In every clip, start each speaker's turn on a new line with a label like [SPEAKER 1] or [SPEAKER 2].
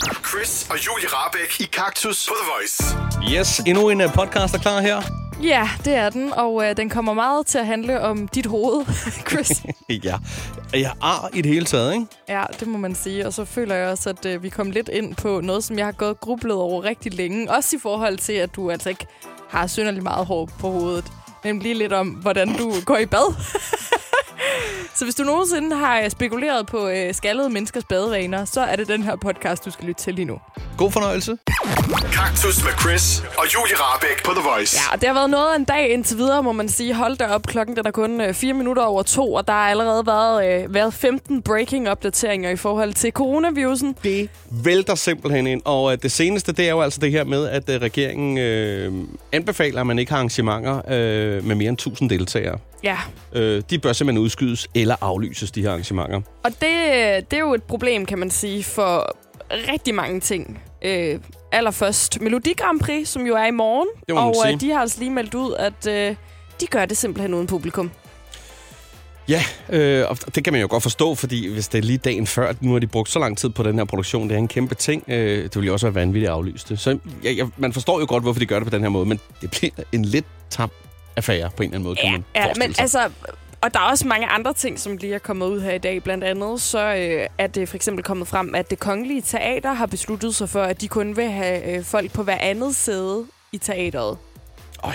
[SPEAKER 1] Chris og Julie Rabeck i Kaktus på The Voice.
[SPEAKER 2] Yes, endnu en øh, podcast er klar her.
[SPEAKER 3] Ja, det er den, og øh, den kommer meget til at handle om dit hoved, Chris.
[SPEAKER 2] ja. Jeg ar i det hele taget, ikke?
[SPEAKER 3] ja, det må man sige. Og så føler jeg også, at øh, vi kom lidt ind på noget, som jeg har gået og grublet over rigtig længe. Også i forhold til, at du altså ikke har synderlig meget hår på hovedet. Nemlig lidt om, hvordan du går i bad. så hvis du nogensinde har øh, spekuleret på øh, skaldede menneskers badevaner, så er det den her podcast, du skal lytte til lige nu.
[SPEAKER 2] God fornøjelse.
[SPEAKER 1] Kaktus med Chris og Julie Rabeck på The Voice.
[SPEAKER 3] Ja, og det har været noget af en dag indtil videre, må man sige. Hold da op, klokken den er kun øh, fire minutter over to, og der har allerede været, øh, været 15 breaking-opdateringer i forhold til coronavirusen.
[SPEAKER 2] Det vælter simpelthen ind. Og øh, det seneste, det er jo altså det her med, at øh, regeringen øh, anbefaler, at man ikke har arrangementer øh, med mere end 1000 deltagere.
[SPEAKER 3] Ja,
[SPEAKER 2] Øh, de bør simpelthen udskydes eller aflyses, de her arrangementer.
[SPEAKER 3] og det, øh, det er jo et problem, kan man sige, for rigtig mange ting. Øh, allerførst Melodi Grand Prix, som jo er i morgen,
[SPEAKER 2] Det må man
[SPEAKER 3] og
[SPEAKER 2] sige.
[SPEAKER 3] de har altså lige meldt ud, at øh, de gør det simpelthen uden publikum.
[SPEAKER 2] Ja, øh, og det kan man jo godt forstå, fordi hvis det er lige dagen før, at nu har de brugt så lang tid på den her produktion, det er en kæmpe ting, øh, det ville jo også være vanvittigt at aflyse det. Så jeg, jeg, man forstår jo godt, hvorfor de gør det på den her måde, men det bliver en lidt tam affære på en eller anden måde, kan man
[SPEAKER 3] ja
[SPEAKER 2] forestille
[SPEAKER 3] men
[SPEAKER 2] sig.
[SPEAKER 3] altså... Og der er også mange andre ting, som lige er kommet ud her i dag. Blandt andet så øh, er det for eksempel kommet frem, at det kongelige teater har besluttet sig for, at de kun vil have øh, folk på hver andet sæde i teateret. altså-
[SPEAKER 2] Øj,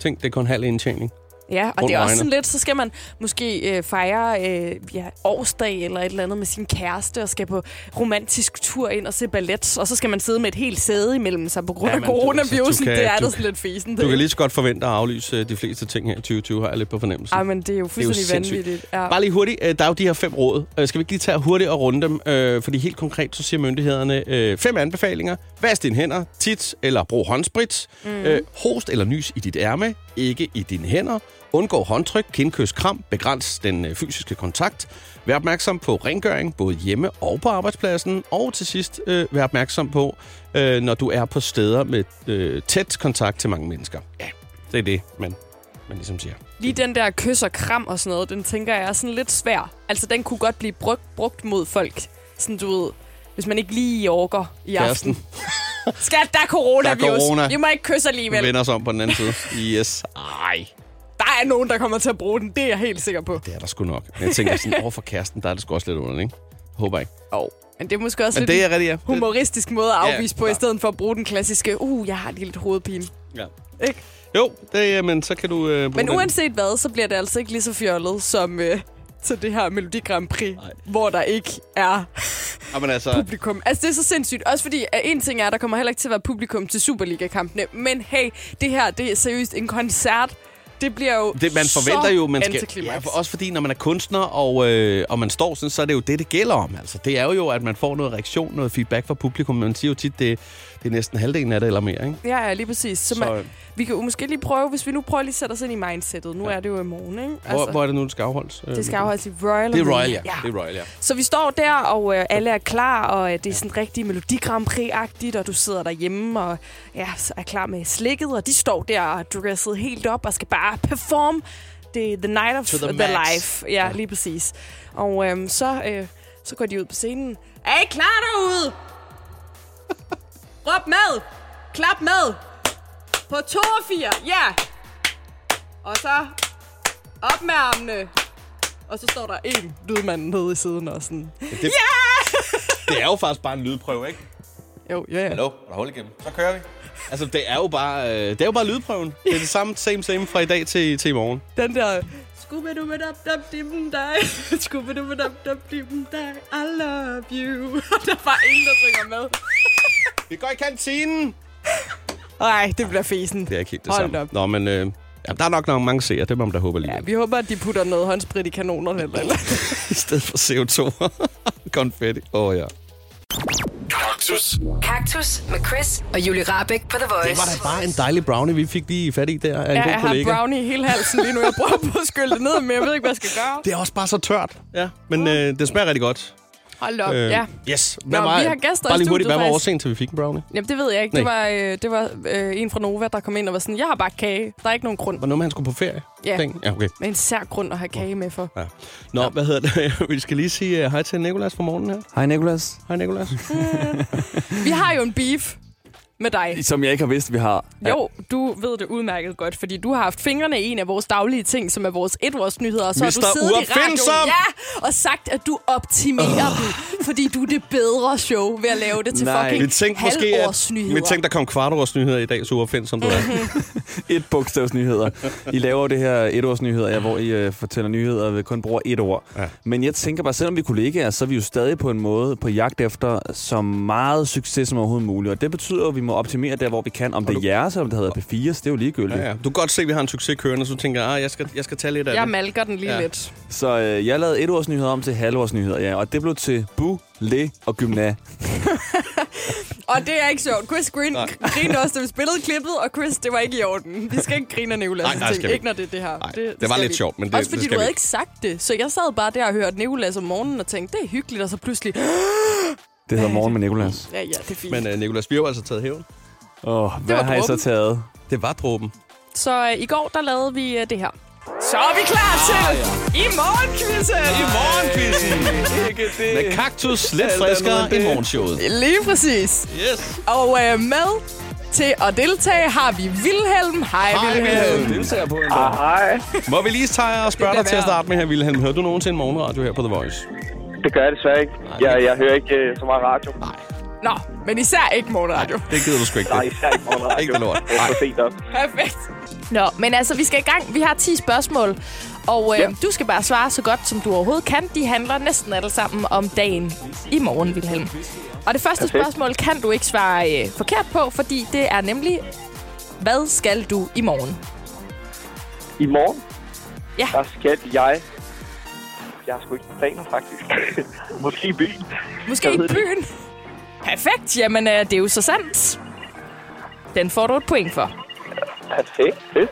[SPEAKER 2] tænk, det er kun halv indtjening.
[SPEAKER 3] Ja, og
[SPEAKER 2] Rundt
[SPEAKER 3] det er også
[SPEAKER 2] regnet.
[SPEAKER 3] sådan lidt, så skal man måske øh, fejre øh, ja, årsdag eller et eller andet med sin kæreste, og skal på romantisk tur ind og se ballet, og så skal man sidde med et helt sæde imellem sig på grund af
[SPEAKER 2] Jamen, du- altså,
[SPEAKER 3] coronavirusen.
[SPEAKER 2] du kan-
[SPEAKER 3] Det er
[SPEAKER 2] du-
[SPEAKER 3] da sådan lidt fesen.
[SPEAKER 2] Du kan lige så godt forvente at aflyse øh, de fleste ting her i 2020, har jeg lidt på fornemmelsen.
[SPEAKER 3] Ej, men det er jo
[SPEAKER 2] jo
[SPEAKER 3] fuldstændig
[SPEAKER 2] sindssygt.
[SPEAKER 3] vanvittigt. Ja.
[SPEAKER 2] Bare lige hurtigt, øh, der er jo de her fem råd. Øh, Skal vi ikke lige tage hurtigt og runde dem? Øh, Fordi helt konkret, så siger myndighederne øh, fem anbefalinger. Vask dine hænder, tit eller brug håndsprit. Mm. Host eller nys i dit ærme, ikke i dine hænder. Undgå håndtryk, kindkys, kram. Begræns den øh, fysiske kontakt. Vær opmærksom på rengøring, både hjemme og på arbejdspladsen. Og til sidst, øh, vær opmærksom på, øh, når du er på steder med øh, tæt kontakt til mange mennesker. Ja, det er det, man, man ligesom siger.
[SPEAKER 3] Lige den der kys og kram og sådan noget, den tænker jeg er sådan lidt svær. Altså, den kunne godt blive brugt, brugt mod folk. Sådan, du ved, hvis man ikke lige orker i aften.
[SPEAKER 2] Kæresten.
[SPEAKER 3] Skat, der er coronavirus.
[SPEAKER 2] Der er corona.
[SPEAKER 3] Vi må ikke kysse alligevel.
[SPEAKER 2] Vi vender os om på den anden side. Yes. Ej,
[SPEAKER 3] Der er nogen, der kommer til at bruge den. Det er jeg helt sikker på.
[SPEAKER 2] det er der sgu nok. Men jeg tænker sådan, overfor kæresten, der er det sgu også lidt underligt, ikke? Håber ikke.
[SPEAKER 3] Oh. Men det er måske også
[SPEAKER 2] Men
[SPEAKER 3] lidt
[SPEAKER 2] det er
[SPEAKER 3] en
[SPEAKER 2] rigtig, ja. Det,
[SPEAKER 3] humoristisk måde at
[SPEAKER 2] Ja,
[SPEAKER 3] afvise på, i
[SPEAKER 2] klar.
[SPEAKER 3] stedet for at bruge den klassiske, uh, jeg har lige lidt hovedpine.
[SPEAKER 2] ja.
[SPEAKER 3] Ikke?
[SPEAKER 2] Jo, det, øh, men så kan du øh, bruge
[SPEAKER 3] Men
[SPEAKER 2] den.
[SPEAKER 3] uanset hvad, så bliver det altså ikke lige så fjollet som øh, til det her Melodi Grand Prix,
[SPEAKER 2] Nej.
[SPEAKER 3] hvor der ikke er
[SPEAKER 2] Jamen, altså,
[SPEAKER 3] publikum. Altså, det er så sindssygt. Også fordi, at en ting er, at der kommer heller ikke til at være publikum til Superliga-kampene. Men hey, det her, det er seriøst en koncert. Det bliver jo
[SPEAKER 2] det, man forventer
[SPEAKER 3] så
[SPEAKER 2] jo, man skal...
[SPEAKER 3] antiklimaks.
[SPEAKER 2] Ja, for, også fordi, når man er kunstner, og, øh, og man står sådan, så er det jo det, det gælder om. Altså, det er jo, at man får noget reaktion, noget feedback fra publikum. Man siger jo tit, det, det er næsten halvdelen af det eller mere, ikke?
[SPEAKER 3] Ja, ja, lige præcis. Så,
[SPEAKER 2] Så,
[SPEAKER 3] man,
[SPEAKER 2] øh,
[SPEAKER 3] vi kan jo måske lige prøve, hvis vi nu prøver lige at sætte os ind i mindsetet. Nu ja. er det jo i morgen, ikke?
[SPEAKER 2] Hvor, altså, hvor er det nu, det skal afholdes? Øh,
[SPEAKER 3] det skal afholdes i Royal
[SPEAKER 2] Det er Royal,
[SPEAKER 3] Arena.
[SPEAKER 2] ja. Det er Royal, ja.
[SPEAKER 3] Så vi står der, og øh, alle er klar, og øh, det er sådan rigtig Melodi Grand Prix-agtigt, og du sidder derhjemme og ja, så er klar med slikket, og de står der og er dresset helt op og skal bare performe. Det er the night of
[SPEAKER 2] To the
[SPEAKER 3] the, the
[SPEAKER 2] max.
[SPEAKER 3] life. Ja, lige præcis. Og øh, så, øh, så går de ud på scenen. Er I klar derude? Råb med! Klap med! På to og fire, ja! Og så op med armene. Og så står der en lydmand nede i siden og sådan...
[SPEAKER 2] Det, det er jo faktisk bare en lydprøve, ikke?
[SPEAKER 3] Jo, ja, ja.
[SPEAKER 2] Hallo, er der hul igennem? Så kører vi. Altså, det er jo bare, øh, det er jo bare lydprøven. Det er det samme, same, same fra i dag til, til i morgen.
[SPEAKER 3] Den der... Skubbe du med dop dop dippen dig. Skubbe du med dop dop dippen dig. I love you. Og der var ingen, der synger med.
[SPEAKER 2] Vi går i kantinen!
[SPEAKER 3] Nej, det bliver fesen.
[SPEAKER 2] Det er ikke helt det
[SPEAKER 3] Hold
[SPEAKER 2] samme.
[SPEAKER 3] Op.
[SPEAKER 2] Nå, men øh, ja, der er nok nok mange seere, det må man da håbe lige.
[SPEAKER 3] Ja,
[SPEAKER 2] Ja.
[SPEAKER 3] vi håber, at de putter noget håndsprit i kanonerne. Eller, eller.
[SPEAKER 2] I stedet for CO2 konfetti. Åh oh, ja.
[SPEAKER 1] Kaktus.
[SPEAKER 4] Kaktus med Chris og Julie Rabeck på The Voice.
[SPEAKER 2] Det var da bare en dejlig brownie, vi fik lige fat i der af en
[SPEAKER 3] Ja,
[SPEAKER 2] god
[SPEAKER 3] jeg har
[SPEAKER 2] kollega.
[SPEAKER 3] brownie i hele halsen lige nu. Jeg prøver på at skylle det ned, men jeg ved ikke, hvad jeg skal gøre.
[SPEAKER 2] Det er også bare så tørt. Ja, men øh, det smager rigtig godt.
[SPEAKER 3] Hold op, ja.
[SPEAKER 2] Yes. Hvad
[SPEAKER 3] Nå,
[SPEAKER 2] var,
[SPEAKER 3] vi har gæster
[SPEAKER 2] bare
[SPEAKER 3] i
[SPEAKER 2] lige hurtigt,
[SPEAKER 3] studiet,
[SPEAKER 2] hvad var
[SPEAKER 3] faktisk.
[SPEAKER 2] årsagen til, at vi fik en brownie?
[SPEAKER 3] Jamen, det ved jeg ikke. Det
[SPEAKER 2] Nej.
[SPEAKER 3] var, øh, det var øh, en fra Nova, der kom ind og var sådan, jeg har bare kage. Der er ikke nogen grund.
[SPEAKER 2] Var noget med, at han skulle på ferie?
[SPEAKER 3] Ja.
[SPEAKER 2] Ting? ja okay.
[SPEAKER 3] Men en sær grund at have kage med for.
[SPEAKER 2] Ja. Nå, hvad hedder det? vi skal lige sige uh, hej til Nikolas fra morgenen her.
[SPEAKER 5] Hej Nikolas.
[SPEAKER 2] Hej, Nikolas.
[SPEAKER 3] Vi har jo en beef med dig.
[SPEAKER 5] Som jeg ikke har vidst, vi har.
[SPEAKER 3] Jo, du ved det udmærket godt, fordi du har haft fingrene i en af vores daglige ting, som er vores etårsnyheder, og så har
[SPEAKER 2] Mister
[SPEAKER 3] du siddet i
[SPEAKER 2] Uopfindsom!
[SPEAKER 3] radioen ja, og sagt, at du optimerer oh. dem, fordi du er det bedre show ved at lave det til
[SPEAKER 5] Nej.
[SPEAKER 3] fucking
[SPEAKER 2] Vi tænkte måske, at
[SPEAKER 3] halvårsnyheder. Mhm.
[SPEAKER 2] vi tænkte, der kom kvartårsnyheder i dag, så uopfindsom du er.
[SPEAKER 5] Et bogstavsnyheder. I laver jo det her etårsnyheder, ja, hvor I øh, fortæller nyheder, og kun bruger et ord.
[SPEAKER 2] Ja.
[SPEAKER 5] Ja. Men jeg tænker bare, selvom vi er kollegaer, så er vi jo stadig på en måde på jagt efter så meget succes som overhovedet muligt. Og det betyder jo, at vi må optimere der, hvor vi kan. Om det er jeres, eller om det hedder P4, det er jo ligegyldigt.
[SPEAKER 2] Ja, ja. Du kan godt se, at vi har en succes kørende, så du tænker, ah, jeg skal, jeg skal tage lidt af
[SPEAKER 3] Jeg
[SPEAKER 2] det.
[SPEAKER 3] malker den lige
[SPEAKER 2] Ja.
[SPEAKER 3] ja. lidt.
[SPEAKER 5] Så øh, jeg lavede etårsnyheder om til halvårsnyheder, ja. Og det blev til bu, le og gymna.
[SPEAKER 3] Og det er ikke sjovt. Chris Green
[SPEAKER 2] Nej.
[SPEAKER 3] grinede også, da vi spillede klippet, og Chris, det var ikke i orden. Vi skal ikke grine af
[SPEAKER 2] Nej, nej,
[SPEAKER 3] Nicolas'
[SPEAKER 2] skal
[SPEAKER 3] ting.
[SPEAKER 2] vi
[SPEAKER 3] Ikke når det er det her.
[SPEAKER 2] Nej, det var
[SPEAKER 3] skal
[SPEAKER 2] lidt
[SPEAKER 3] vi.
[SPEAKER 2] sjovt, men det-
[SPEAKER 3] Også fordi
[SPEAKER 2] det skal
[SPEAKER 3] du
[SPEAKER 2] vi.
[SPEAKER 3] havde ikke sagt det. Så jeg sad bare der og hørte Nicolas om morgenen og tænkte, det er hyggeligt, og så pludselig,
[SPEAKER 5] Det hedder Morgen med Nikolas.
[SPEAKER 3] ja, ja, det er fint.
[SPEAKER 2] Men uh, Nikolas, vi har jo altså taget hævn.
[SPEAKER 5] Åh, oh, hvad
[SPEAKER 3] var
[SPEAKER 5] har I så
[SPEAKER 3] dråben.
[SPEAKER 5] taget?
[SPEAKER 2] Det var dråben.
[SPEAKER 3] Så øh, i går, der lavede vi øh, det her. Så er vi klar til i morgenquizzen! I
[SPEAKER 2] Morgenquizzen!
[SPEAKER 5] Ikke det.
[SPEAKER 2] Med kaktus, lidt
[SPEAKER 5] Alt andet end
[SPEAKER 2] friskere i
[SPEAKER 5] det.
[SPEAKER 2] morgenshowet.
[SPEAKER 3] Lige præcis.
[SPEAKER 2] Yes.
[SPEAKER 3] Og øh, med til at deltage har vi Vilhelm. Hej,
[SPEAKER 2] Hej,
[SPEAKER 3] Vilhelm.
[SPEAKER 2] Vilhelm.
[SPEAKER 5] deltager på en dag.
[SPEAKER 6] Ah, Hej,
[SPEAKER 2] Må vi lige tage og spørge
[SPEAKER 3] Det
[SPEAKER 2] dig
[SPEAKER 3] bliver
[SPEAKER 2] til at
[SPEAKER 3] værre.
[SPEAKER 2] starte med her, Vilhelm. Hører du nogensinde morgenradio her på The Voice?
[SPEAKER 6] det gør jeg desværre ikke. Jeg, jeg hører ikke øh, så meget radio. Nej,
[SPEAKER 3] Nå, men især ikke morgenradio.
[SPEAKER 2] Det gider du sgu ikke.
[SPEAKER 6] Nej
[SPEAKER 2] det.
[SPEAKER 6] især ikke morgenradio.
[SPEAKER 2] Ikke det lort.
[SPEAKER 6] Det er for sent op.
[SPEAKER 3] Perfekt. Nå, men altså, vi skal i gang. Vi har 10 spørgsmål, og øh, ja. du skal bare svare så godt, som du overhovedet kan. De handler næsten alle sammen om dagen i morgen, Vilhelm. Og det første
[SPEAKER 6] Perfekt.
[SPEAKER 3] spørgsmål kan du ikke svare øh, forkert på, fordi det er nemlig, hvad skal du i morgen?
[SPEAKER 6] I morgen,
[SPEAKER 3] Ja.
[SPEAKER 6] der skal jeg... Jeg har sgu ikke planer, faktisk. Måske i byen.
[SPEAKER 3] Måske
[SPEAKER 6] Jeg
[SPEAKER 3] i
[SPEAKER 6] ved det
[SPEAKER 3] byen? Perfekt, jamen øh, det er jo så sandt. Den får du et point for.
[SPEAKER 6] Perfekt. Fedt.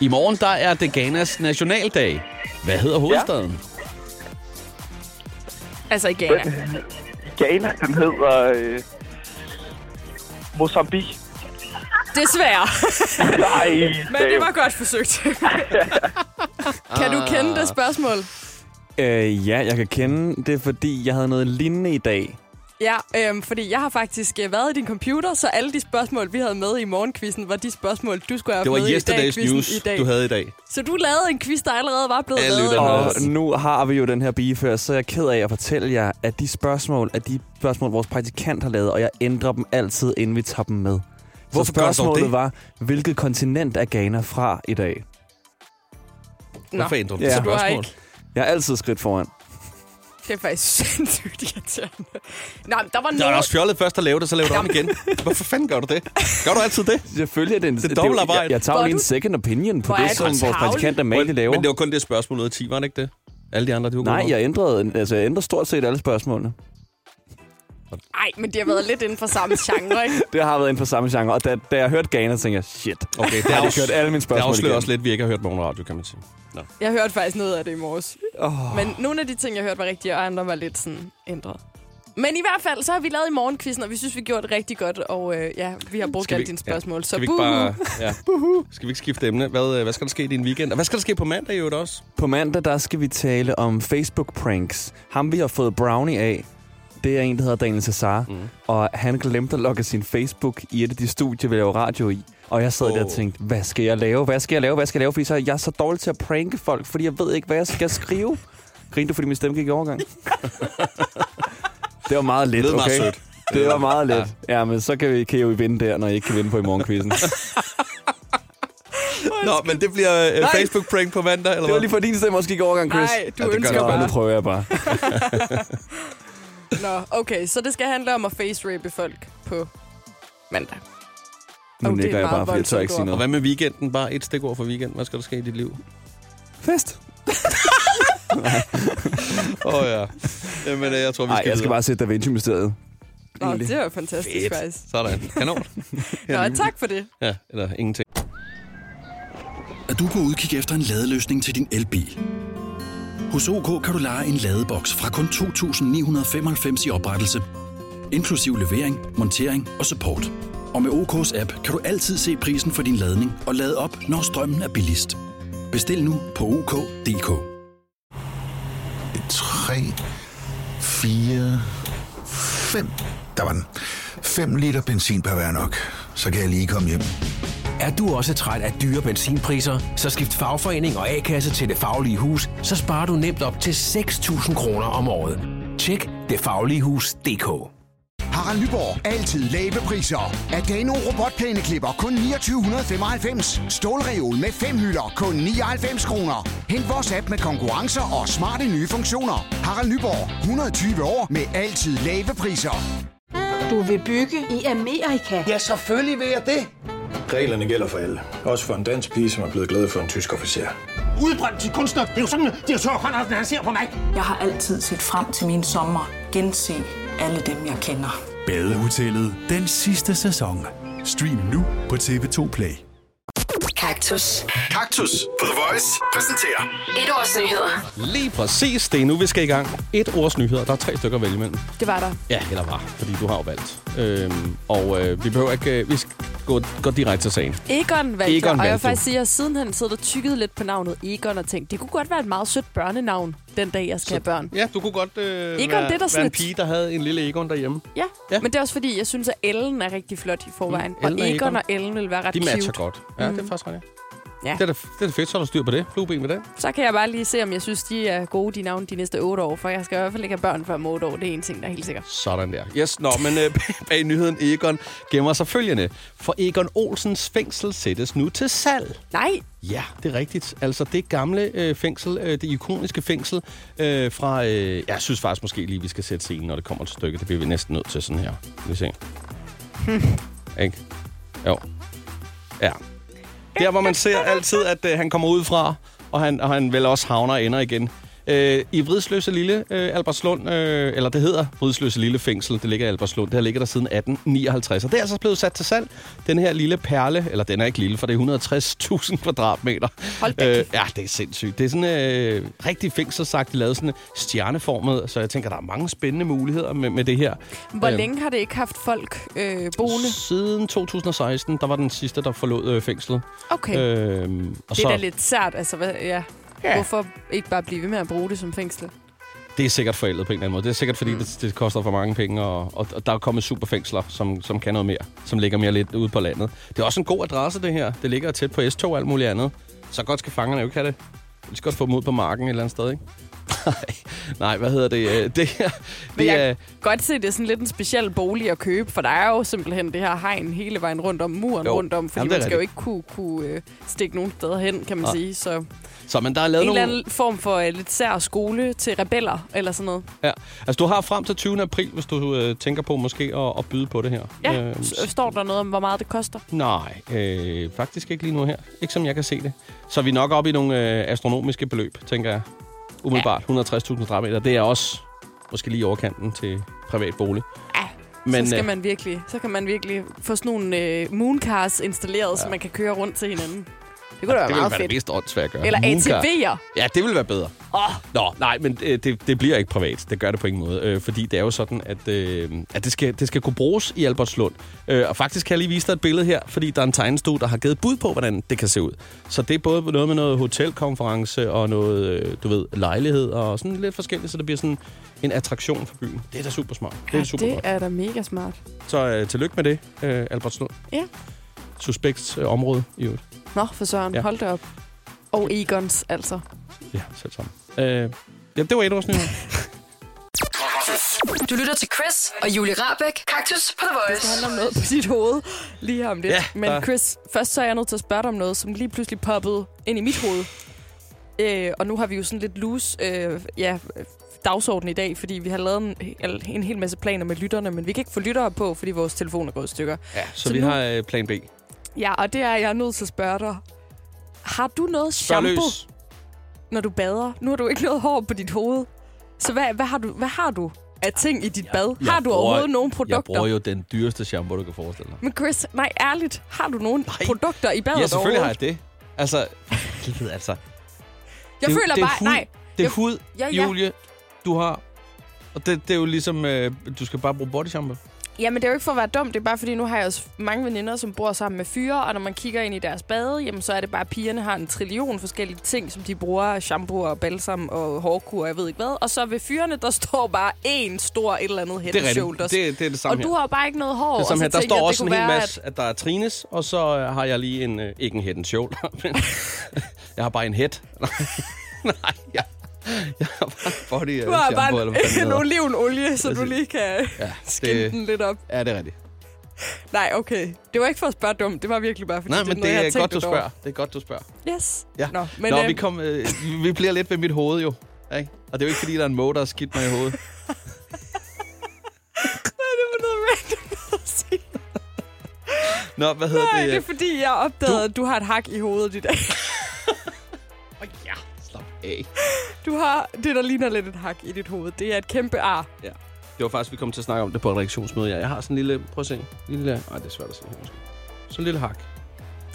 [SPEAKER 2] I morgen, der er det Ghanas nationaldag. Hvad hedder hovedstaden?
[SPEAKER 3] Altså i Ghana.
[SPEAKER 6] Ghana, den hedder... Øh, Mozambique.
[SPEAKER 3] Desværre.
[SPEAKER 6] Nej,
[SPEAKER 3] Men det var godt forsøgt. kan du kende det spørgsmål?
[SPEAKER 5] Øh, ja, jeg kan kende det, fordi jeg havde noget lignende i dag.
[SPEAKER 3] Ja, øhm, fordi jeg har faktisk øh, været i din computer, så alle de spørgsmål, vi havde med i morgenquizzen, var de spørgsmål, du skulle have
[SPEAKER 2] Det var
[SPEAKER 3] haft med i dag,
[SPEAKER 2] yesterday's
[SPEAKER 3] quizzen
[SPEAKER 2] news,
[SPEAKER 3] i dag.
[SPEAKER 2] du havde i dag.
[SPEAKER 3] Så du lavede en quiz, der allerede var blevet
[SPEAKER 2] Alle
[SPEAKER 3] lavet.
[SPEAKER 2] lytterne
[SPEAKER 3] af
[SPEAKER 2] havde
[SPEAKER 5] Og
[SPEAKER 3] os.
[SPEAKER 5] nu har vi jo den her bige før, så jeg er ked af at fortælle jer, at de spørgsmål er de spørgsmål, vores praktikant har lavet, og jeg ændrer dem altid, inden vi tager dem med.
[SPEAKER 2] Hvorfor
[SPEAKER 5] så
[SPEAKER 2] gør du dog
[SPEAKER 5] spørgsmålet
[SPEAKER 2] det?
[SPEAKER 5] var, hvilket kontinent er Ghana fra i dag?
[SPEAKER 3] Nå,
[SPEAKER 2] Hvorfor ændrer du
[SPEAKER 5] Ja.
[SPEAKER 2] ja.
[SPEAKER 5] Så
[SPEAKER 3] du har
[SPEAKER 2] spørgsmål?
[SPEAKER 3] ikke-
[SPEAKER 5] Jeg er altid skridt foran.
[SPEAKER 3] det er faktisk sindssygt irriterende. Nej, der var
[SPEAKER 2] Det var da
[SPEAKER 3] noget...
[SPEAKER 2] også fjollet først at lave det, så lave det om igen. Hvorfor fanden gør du det? Gør du altid det?
[SPEAKER 5] Selvfølgelig er det en... Det
[SPEAKER 2] er
[SPEAKER 5] jo-
[SPEAKER 2] dobbeltarbejde.
[SPEAKER 5] jeg, jeg tager jo
[SPEAKER 3] Hvor er
[SPEAKER 5] lige en
[SPEAKER 3] du-
[SPEAKER 5] second opinion på
[SPEAKER 3] Hvor er
[SPEAKER 5] det,
[SPEAKER 3] du
[SPEAKER 5] som vores
[SPEAKER 3] tavlig.
[SPEAKER 5] praktikant Amalie laver.
[SPEAKER 2] Men det var kun det spørgsmål ud af 10, var det ikke det? Alle de andre, det var
[SPEAKER 5] Nej,
[SPEAKER 2] gode nok.
[SPEAKER 5] jeg ændrede, altså, jeg ændrede stort set alle spørgsmålene.
[SPEAKER 3] Nej, men det har været lidt inden for samme genre, ikke?
[SPEAKER 5] Det har været inden for samme genre, og da, da jeg hørte Ghana, tænkte jeg, shit.
[SPEAKER 2] Okay, det
[SPEAKER 5] Jeg har
[SPEAKER 2] afs-
[SPEAKER 5] kørt alle mine
[SPEAKER 2] det
[SPEAKER 5] spørgsmål
[SPEAKER 2] afslører
[SPEAKER 5] igennem.
[SPEAKER 2] også lidt, at vi ikke har hørt morgenradio, kan man sige.
[SPEAKER 3] Jeg hørte faktisk noget af det i morges.
[SPEAKER 5] Oh.
[SPEAKER 3] Men nogle af de ting, jeg hørte, var rigtige, og andre var lidt sådan ændret. Men i hvert fald, så har vi lavet i morgenquizzen, og vi synes, vi gjorde det rigtig godt. Og øh, ja, vi har brugt
[SPEAKER 2] Skal
[SPEAKER 3] alle
[SPEAKER 2] vi-
[SPEAKER 3] dine
[SPEAKER 2] ja.
[SPEAKER 3] spørgsmål. Så
[SPEAKER 2] Skal vi ikke
[SPEAKER 3] buhu.
[SPEAKER 2] bare... Ja. Skal vi ikke skifte emne? Hvad, øh, hvad skal der ske i din weekend? Og hvad skal der ske på mandag i øvrigt også?
[SPEAKER 5] På mandag, der skal vi tale om Facebook-pranks. Ham, vi har fået brownie af, det er en, der hedder Daniel Cesar. Mm. Og han glemte at logge sin Facebook i et af de studier, vi laver radio i. Og jeg sad oh. der og
[SPEAKER 2] Åh.
[SPEAKER 5] tænkte, hvad skal jeg lave? Hvad skal jeg lave? Hvad skal jeg lave? Fordi så er jeg så dårlig til at pranke folk, fordi jeg ved ikke, hvad jeg skal skrive. Grinte du, fordi min stemme gik i overgang? det var meget let,
[SPEAKER 2] lød
[SPEAKER 5] okay?
[SPEAKER 2] meget sødt.
[SPEAKER 5] Det var meget let. Ja, ja men så kan, vi, kan I jo vinde der, når I ikke kan vinde på i morgenquizzen.
[SPEAKER 2] Nå, men det bliver øh,
[SPEAKER 5] Nej.
[SPEAKER 2] Facebook-prank på mandag, eller
[SPEAKER 5] Det var
[SPEAKER 2] hvad?
[SPEAKER 5] lige for din stemme også gik i overgang, Chris.
[SPEAKER 3] Nej, du
[SPEAKER 2] Ja, det gør
[SPEAKER 3] ønsker
[SPEAKER 2] jeg.
[SPEAKER 5] Nå, nu
[SPEAKER 3] bare.
[SPEAKER 5] prøver jeg bare.
[SPEAKER 3] Nå, okay, så det skal handle om at face-rape folk på mandag.
[SPEAKER 5] Nu
[SPEAKER 3] Oh, det er
[SPEAKER 5] nikker jeg
[SPEAKER 3] meget
[SPEAKER 5] bare, fordi jeg tør
[SPEAKER 3] voldsomt
[SPEAKER 5] ikke sige
[SPEAKER 3] ord.
[SPEAKER 2] Og
[SPEAKER 5] noget.
[SPEAKER 2] hvad med weekenden? Bare et stikord for weekend. Hvad skal der ske i dit liv?
[SPEAKER 5] Fest.
[SPEAKER 2] Åh oh, ja. Jamen, øh, jeg tror, vi skal,
[SPEAKER 5] Nej, jeg skal
[SPEAKER 2] videre.
[SPEAKER 5] bare sætte Da Vinci-mysteriet.
[SPEAKER 3] Nå,
[SPEAKER 5] Egentlig.
[SPEAKER 3] det var fantastisk Fedt. faktisk.
[SPEAKER 2] Sådan. Kanon.
[SPEAKER 3] Nå, tak for det.
[SPEAKER 2] Ja, eller ingenting.
[SPEAKER 7] at du kan udkigge efter en ladeløsning til din elbil. Hos OK kan du lege en ladeboks fra kun 2.995 i oprettelse, inklusiv levering, montering og support. Og med OK's app kan du altid se prisen for din ladning og lade op, når strømmen er billigst. Bestil nu på OK.dk.
[SPEAKER 8] 3, 4, 5. Der var den. 5 liter benzin per hver nok. Så kan jeg lige komme hjem.
[SPEAKER 9] Er du også træt af dyre benzinpriser, så skift fagforening og A-kasse til Det Faglige Hus, så sparer du nemt op til 6.000 kroner om året. Tjek detfagligehus.dk
[SPEAKER 10] Harald Nyborg. Altid lave priser. Adano robotplæneklipper kun 2995. Stålreol med fem hylder kun 99 kroner. Hent vores app med konkurrencer og smarte nye funktioner. Harald Nyborg. 120 år med altid lave priser.
[SPEAKER 11] Du vil bygge i Amerika? Ja, selvfølgelig vil jeg det.
[SPEAKER 12] Reglerne gælder for alle. Også for en dansk pige, som er blevet glad for en tysk officer.
[SPEAKER 13] Udbrændt til kunstner. Det er jo sådan, at de har tørt, han ser på mig. Jeg har altid set frem til min sommer. Gense alle dem, jeg kender.
[SPEAKER 14] Badehotellet den sidste sæson. Stream nu på TV2 Play.
[SPEAKER 4] Kaktus.
[SPEAKER 1] Kaktus på The Voice præsenterer
[SPEAKER 4] Et års nyheder.
[SPEAKER 2] Lige præcis, det er nu, vi skal i gang. Et års nyheder. Der er tre stykker at vælge imellem.
[SPEAKER 3] Det var der.
[SPEAKER 2] Ja, eller var, fordi du har jo valgt. Øhm, og øh, vi behøver ikke... Øh, vi skal gå, gå direkte til sagen.
[SPEAKER 3] Egon valgte,
[SPEAKER 2] Egon
[SPEAKER 3] Egon og jeg vil
[SPEAKER 2] valgte du.
[SPEAKER 3] faktisk sige, at jeg sidenhen sidder og tykkede lidt på navnet Egon og tænkte, det kunne godt være et meget sødt børnenavn, den dag jeg skal have børn.
[SPEAKER 2] Ja, du kunne godt øh, være,
[SPEAKER 3] Egon, det er da
[SPEAKER 2] være en
[SPEAKER 3] sådan et- Ah,
[SPEAKER 2] pige, der havde en lille Egon derhjemme.
[SPEAKER 3] Ja. ja, men det er også fordi, jeg synes, at Ellen er rigtig flot i forvejen.
[SPEAKER 2] Mm,
[SPEAKER 3] og
[SPEAKER 2] Ellen og
[SPEAKER 3] Egon,
[SPEAKER 2] Egon.
[SPEAKER 3] og Ellen vil være ret
[SPEAKER 2] De matcher
[SPEAKER 3] cute.
[SPEAKER 2] godt. Ja, mm. det er faktisk ret.
[SPEAKER 3] Ja.
[SPEAKER 2] Ja. Det, er da, det er da fedt, så er der styr på det. Flueben med det.
[SPEAKER 3] Så kan jeg bare lige se, om jeg synes, de er gode, de navne, de næste otte år. For jeg skal i hvert fald ikke have børn før om otte år. Det er en ting, der er helt sikker.
[SPEAKER 2] Sådan der. Yes, nå, men øh, bag nyheden Egon gemmer sig følgende. For Egon Olsens fængsel sættes nu til salg.
[SPEAKER 3] Nej,
[SPEAKER 2] Ja, det er rigtigt. Altså det gamle øh, fængsel, øh, det ikoniske fængsel øh, fra... Øh, jeg synes faktisk måske lige, vi skal sætte scenen, når det kommer til stykket. Det bliver vi næsten nødt til sådan her. Vi se. Ikke? Jo. Ja. Der, hvor man ser altid, at øh, han kommer ud fra, og han, og han vel også havner og ender igen. Øh, I Vridsløse Lille, øh, Albertslund, øh, eller det hedder Vridsløse Lille Fængsel, det ligger i Albertslund, det har ligget der siden 1859, og det er altså blevet sat til salg. Den her lille perle, eller den er ikke lille, for det er 160.000 kvadratmeter.
[SPEAKER 3] Hold da
[SPEAKER 2] øh, Ja, det er sindssygt. Det er sådan øh, rigtig fængselsagtigt lavet sådan stjerneformet, så jeg tænker, der er mange spændende muligheder med, med det her.
[SPEAKER 3] hvor
[SPEAKER 2] Øhm,
[SPEAKER 3] længe har det ikke haft folk øh, boende?
[SPEAKER 2] Siden 2016, der var den sidste, der forlod øh, fængslet.
[SPEAKER 3] Okay.
[SPEAKER 2] Øhm, og
[SPEAKER 3] Det
[SPEAKER 2] så,
[SPEAKER 3] er da lidt sært, altså. Hvad, ja. ja. Hvorfor ikke bare blive ved med at bruge det som fængsel?
[SPEAKER 2] det er sikkert forældet på en eller anden måde. Det er sikkert, fordi mm. det, det koster for mange penge, og, og, og der er kommet superfængsler, som, som kan noget mere, som ligger mere lidt ude på landet. Det er også en god adresse, det her. Det ligger tæt på S2 og alt muligt andet. Så godt skal fangerne jo ikke have det. Vi skal godt få dem ud på marken et eller andet sted, ikke? Nej, nej, hvad hedder det? Øh, Det her,
[SPEAKER 3] Men
[SPEAKER 2] det
[SPEAKER 3] jeg
[SPEAKER 2] er...
[SPEAKER 3] kan godt se, det er sådan lidt en speciel bolig at købe, for der er jo simpelthen det her hegn hele vejen rundt om, muren
[SPEAKER 2] Jo.
[SPEAKER 3] jo. rundt om, fordi
[SPEAKER 2] Jamen,
[SPEAKER 3] Jamen,
[SPEAKER 2] det er
[SPEAKER 3] man skal jo
[SPEAKER 2] rigtigt.
[SPEAKER 3] ikke kunne, kunne øh, stikke nogen steder hen, kan man
[SPEAKER 2] Nej.
[SPEAKER 3] sige. Så en
[SPEAKER 2] Så men der er lavet
[SPEAKER 3] eller
[SPEAKER 2] nogle...
[SPEAKER 3] anden form for øh, lidt sær skole til rebeller, eller sådan noget.
[SPEAKER 2] Ja. Altså, du har frem til 20. april, hvis du øh, tænker på måske at, at byde på det her.
[SPEAKER 3] Ja,
[SPEAKER 2] Øhm,
[SPEAKER 3] øh, står der noget om, hvor meget det koster?
[SPEAKER 2] Nej, øh, faktisk ikke lige nu her. Ikke som jeg kan se det. Så er vi nok oppe i nogle øh, astronomiske beløb, tænker jeg. Umiddelbart. Ja. 160.000 kvadratmeter. Det er også måske lige i overkanten til privat bolig.
[SPEAKER 3] Ja,
[SPEAKER 2] Men,
[SPEAKER 3] så, skal
[SPEAKER 2] øh,
[SPEAKER 3] man virkelig, så kan man virkelig få sådan nogle øh, mooncars installeret, ja. så man kan køre rundt til hinanden. Det kunne da være
[SPEAKER 2] det ville
[SPEAKER 3] meget
[SPEAKER 2] være det
[SPEAKER 3] fedt.
[SPEAKER 2] mest åndssvagt at gøre.
[SPEAKER 3] Eller
[SPEAKER 2] Mooncar.
[SPEAKER 3] ATV'er.
[SPEAKER 2] Ja, det ville være bedre. Oh. Nå, nej, men øh, det, det bliver ikke privat. Det gør det på ingen måde. Øh, fordi det er jo sådan, at, øh, at det, skal, det skal kunne bruges i Albertslund. Øh, og faktisk kan jeg lige vise dig et billede her, fordi der er en tegnestue, der har givet bud på, hvordan det kan se ud. Så det er både noget med noget hotelkonference og noget, øh, du ved, lejlighed og sådan lidt forskelligt, så det bliver sådan en attraktion for byen. Det er da super smart. Det er ja, super
[SPEAKER 3] det
[SPEAKER 2] godt.
[SPEAKER 3] er da mega smart.
[SPEAKER 2] Så øh, tillykke med det, øh, Albertslund.
[SPEAKER 3] Ja.
[SPEAKER 2] Suspekt øh, område i øvrigt.
[SPEAKER 3] Nå, for Søren,
[SPEAKER 2] Ja.
[SPEAKER 3] ja. hold da op. Og Egons, altså.
[SPEAKER 2] Ja, selv sammen. Øh, ja, det var et års nyheder.
[SPEAKER 4] Du lytter til Chris og Julie Rabeck. Kaktus på The
[SPEAKER 3] Det
[SPEAKER 4] Voice.
[SPEAKER 3] handler om noget på sit hoved lige her om lidt.
[SPEAKER 2] Ja,
[SPEAKER 3] Ja, Men
[SPEAKER 2] der-
[SPEAKER 3] Chris, først så er jeg nødt til at spørge dig om noget, som lige pludselig poppede ind i mit hoved. Øh, og nu har vi jo sådan lidt loose øh, ja, øh, dagsorden i dag, fordi vi har lavet en, hel- en hel masse planer med lytterne, men vi kan ikke få lyttere på, fordi vores telefon er gået i stykker.
[SPEAKER 2] Ja, så, så
[SPEAKER 3] Så
[SPEAKER 2] vi nu...
[SPEAKER 3] nu-
[SPEAKER 2] har øh, plan B.
[SPEAKER 3] Ja, og det er jeg nødt til at spørge dig. Har du noget
[SPEAKER 2] Spørg
[SPEAKER 3] shampoo,
[SPEAKER 2] løs.
[SPEAKER 3] når du bader? Nu har du ikke noget hår på dit hoved. Så hvad, hvad, har, du, hvad har du af ting i dit bad?
[SPEAKER 2] Jeg
[SPEAKER 3] har du
[SPEAKER 2] bruger-
[SPEAKER 3] overhovedet nogen
[SPEAKER 2] Jeg
[SPEAKER 3] produkter?
[SPEAKER 2] bruger jo den dyreste shampoo, du kan forestille dig.
[SPEAKER 3] Men Chris, nej, ærligt, har du nogle produkter i badet
[SPEAKER 2] Ja, selvfølgelig har
[SPEAKER 3] overhovedet?
[SPEAKER 2] jeg det. Altså, helvede, altså.
[SPEAKER 3] Jeg
[SPEAKER 2] Det er jo-
[SPEAKER 3] føler
[SPEAKER 2] det er
[SPEAKER 3] bare,
[SPEAKER 2] hud.
[SPEAKER 3] nej,
[SPEAKER 2] Det er
[SPEAKER 3] Jeg-
[SPEAKER 2] hud,
[SPEAKER 3] Ja,
[SPEAKER 2] ja,
[SPEAKER 3] ja.
[SPEAKER 2] ja. Julie, du har. Og det, det er jo ligesom, øh, du skal bare bruge body shampoo.
[SPEAKER 3] Jamen, det er jo ikke for at være dum, det er bare fordi, nu har jeg også mange veninder, som bor sammen med fyre, og når man kigger ind i deres bade, jamen, så er det bare, at pigerne har en trillion forskellige ting, som de bruger, shampoo og balsam og hårkur, og jeg ved ikke hvad. Og så ved fyrene, der står bare én stor et eller andet head
[SPEAKER 2] Det er
[SPEAKER 3] and
[SPEAKER 2] rigtigt.
[SPEAKER 3] shoulders.
[SPEAKER 2] Det- det er det samme
[SPEAKER 3] Og
[SPEAKER 2] her.
[SPEAKER 3] du har jo bare ikke noget hår.
[SPEAKER 2] det er samme her.
[SPEAKER 3] og så
[SPEAKER 2] Der
[SPEAKER 3] tænker
[SPEAKER 2] står
[SPEAKER 3] jeg, det
[SPEAKER 2] også en
[SPEAKER 3] kunne
[SPEAKER 2] hel
[SPEAKER 3] være,
[SPEAKER 2] masse, at... at der er Trines, og så øh, har jeg lige en, øh, ikke en head and shoulder, men jeg har bare en head. Nej, jeg, jeg har bare body
[SPEAKER 3] at
[SPEAKER 2] øh,
[SPEAKER 3] Du har
[SPEAKER 2] shampoo,
[SPEAKER 3] bare
[SPEAKER 2] eller hvad fanden
[SPEAKER 3] en,
[SPEAKER 2] det
[SPEAKER 3] en
[SPEAKER 2] hedder.
[SPEAKER 3] olivenolie, så du
[SPEAKER 2] Altså,
[SPEAKER 3] lige kan
[SPEAKER 2] ja,
[SPEAKER 3] skinne
[SPEAKER 2] det-
[SPEAKER 3] den lidt op.
[SPEAKER 2] Ja, det er rigtigt.
[SPEAKER 3] Nej, okay. Det var ikke for at spørge dumt, det var virkelig bare, fordi
[SPEAKER 2] Nej,
[SPEAKER 3] det er
[SPEAKER 2] men
[SPEAKER 3] noget, jeg
[SPEAKER 2] det
[SPEAKER 3] har
[SPEAKER 2] er
[SPEAKER 3] tænkt
[SPEAKER 2] godt, du
[SPEAKER 3] lidt
[SPEAKER 2] spørger. Det er godt, du spørger.
[SPEAKER 3] Over. Yes.
[SPEAKER 2] Ja.
[SPEAKER 3] Nå,
[SPEAKER 2] Nå,
[SPEAKER 3] men,
[SPEAKER 2] men, Nå
[SPEAKER 3] øh,
[SPEAKER 2] vi, kom, øh, vi- vi bliver lidt ved mit hoved jo. Ikke? Og det er jo ikke, fordi der er en måde, der har skidt mig i hovedet.
[SPEAKER 3] Nej, det var noget random at sige.
[SPEAKER 2] Nå, hvad hedder
[SPEAKER 3] Nej,
[SPEAKER 2] det?
[SPEAKER 3] det er fordi, jeg opdagede, at du har et hak i hovedet i dag.
[SPEAKER 2] Hey.
[SPEAKER 3] Du har det, der ligner lidt et hak i dit hoved. Det er et kæmpe ar.
[SPEAKER 2] Ja. Det var faktisk, vi kom til at snakke om det på et reaktionsmøde. Ja, jeg har sådan en lille... Prøv at se. Lille, nej, det er svært at se her måske. Sådan en lille hak.